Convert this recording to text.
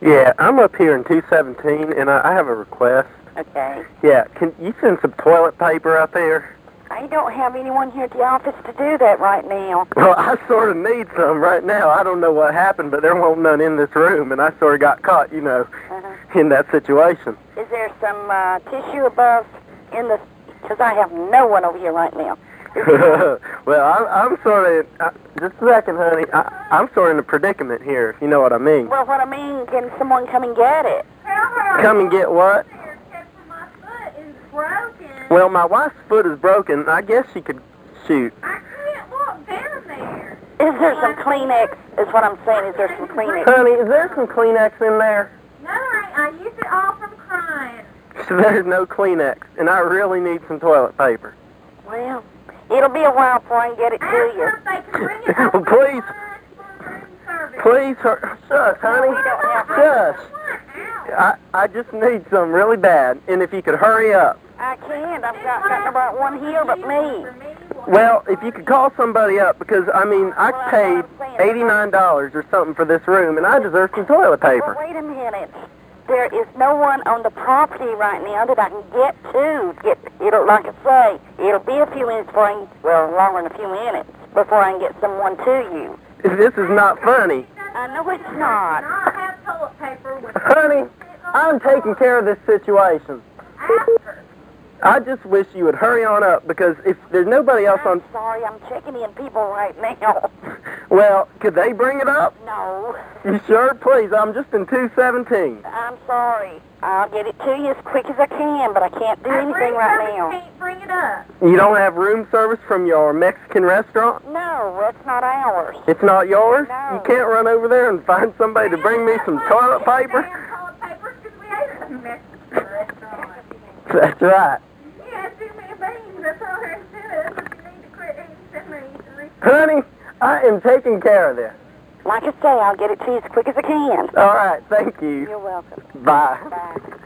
Yeah, I'm up here in 217, and I, I have a request. Okay. Yeah, can you send some toilet paper out there? I don't have anyone here at the office to do that right now. Well, I sort of need some right now. I don't know what happened, but there won't none in this room, and I sort of got caught, you know, Uh-huh. in that situation. Is there some uh, tissue above in the? Because I have no one over here right now. well, I'm, I'm sort of, uh, just a second, honey. I, I'm sort of in a predicament here, if you know what I mean. Well, what I mean, can someone come and get it? Come and get what? My foot is broken. Well, my wife's foot is broken. I guess she could shoot. I can't walk down there. Is there some Kleenex? Is what I'm saying. Is there some Kleenex? Honey, is there some Kleenex in there? No, I, I used it all from crying. There's no Kleenex, and I really need some toilet paper. Well, it'll be a while before I can get it Ask to you. them if they can bring it up Well, please. Please, her, shush, honey. We don't have- Shush. I, I just need some really bad, and if you could hurry up. I can't. I've got got about one here, but me. Well, if you could call somebody up, because, I mean, I paid $89 or something for this room, and I deserve some toilet Well, paper. wait a minute. There is no one on the property right now that I can get to. Get it'll like I say, it'll be a few minutes before I can, well, longer than a few minutes before I can get someone to you. This is not funny. I know it's not. I have toilet paper with Honey, I'm taking care of this situation. after. I just wish you would hurry on up, because if there's nobody else on... I'm sorry, I'm checking in people right now. Well, could they bring it up? No, You sure? Please, I'm just in 217. I'm sorry. I'll get it to you as quick as I can, but I can't do anything right now. Can't bring it up. You don't have room service from your Mexican restaurant? No, that's not ours. It's not yours? No. You can't run over there and find somebody to bring me some toilet paper? Toilet paper, 'cause we ate it in Mexican restaurant. That's right. Yeah, send me a beans. That's all there is to it. That's what you need to quit eating so many delicious Honey, I am taking care of this. Like I say, I'll get it to you as quick as I can. All right, thank you. You're welcome. Bye. Bye.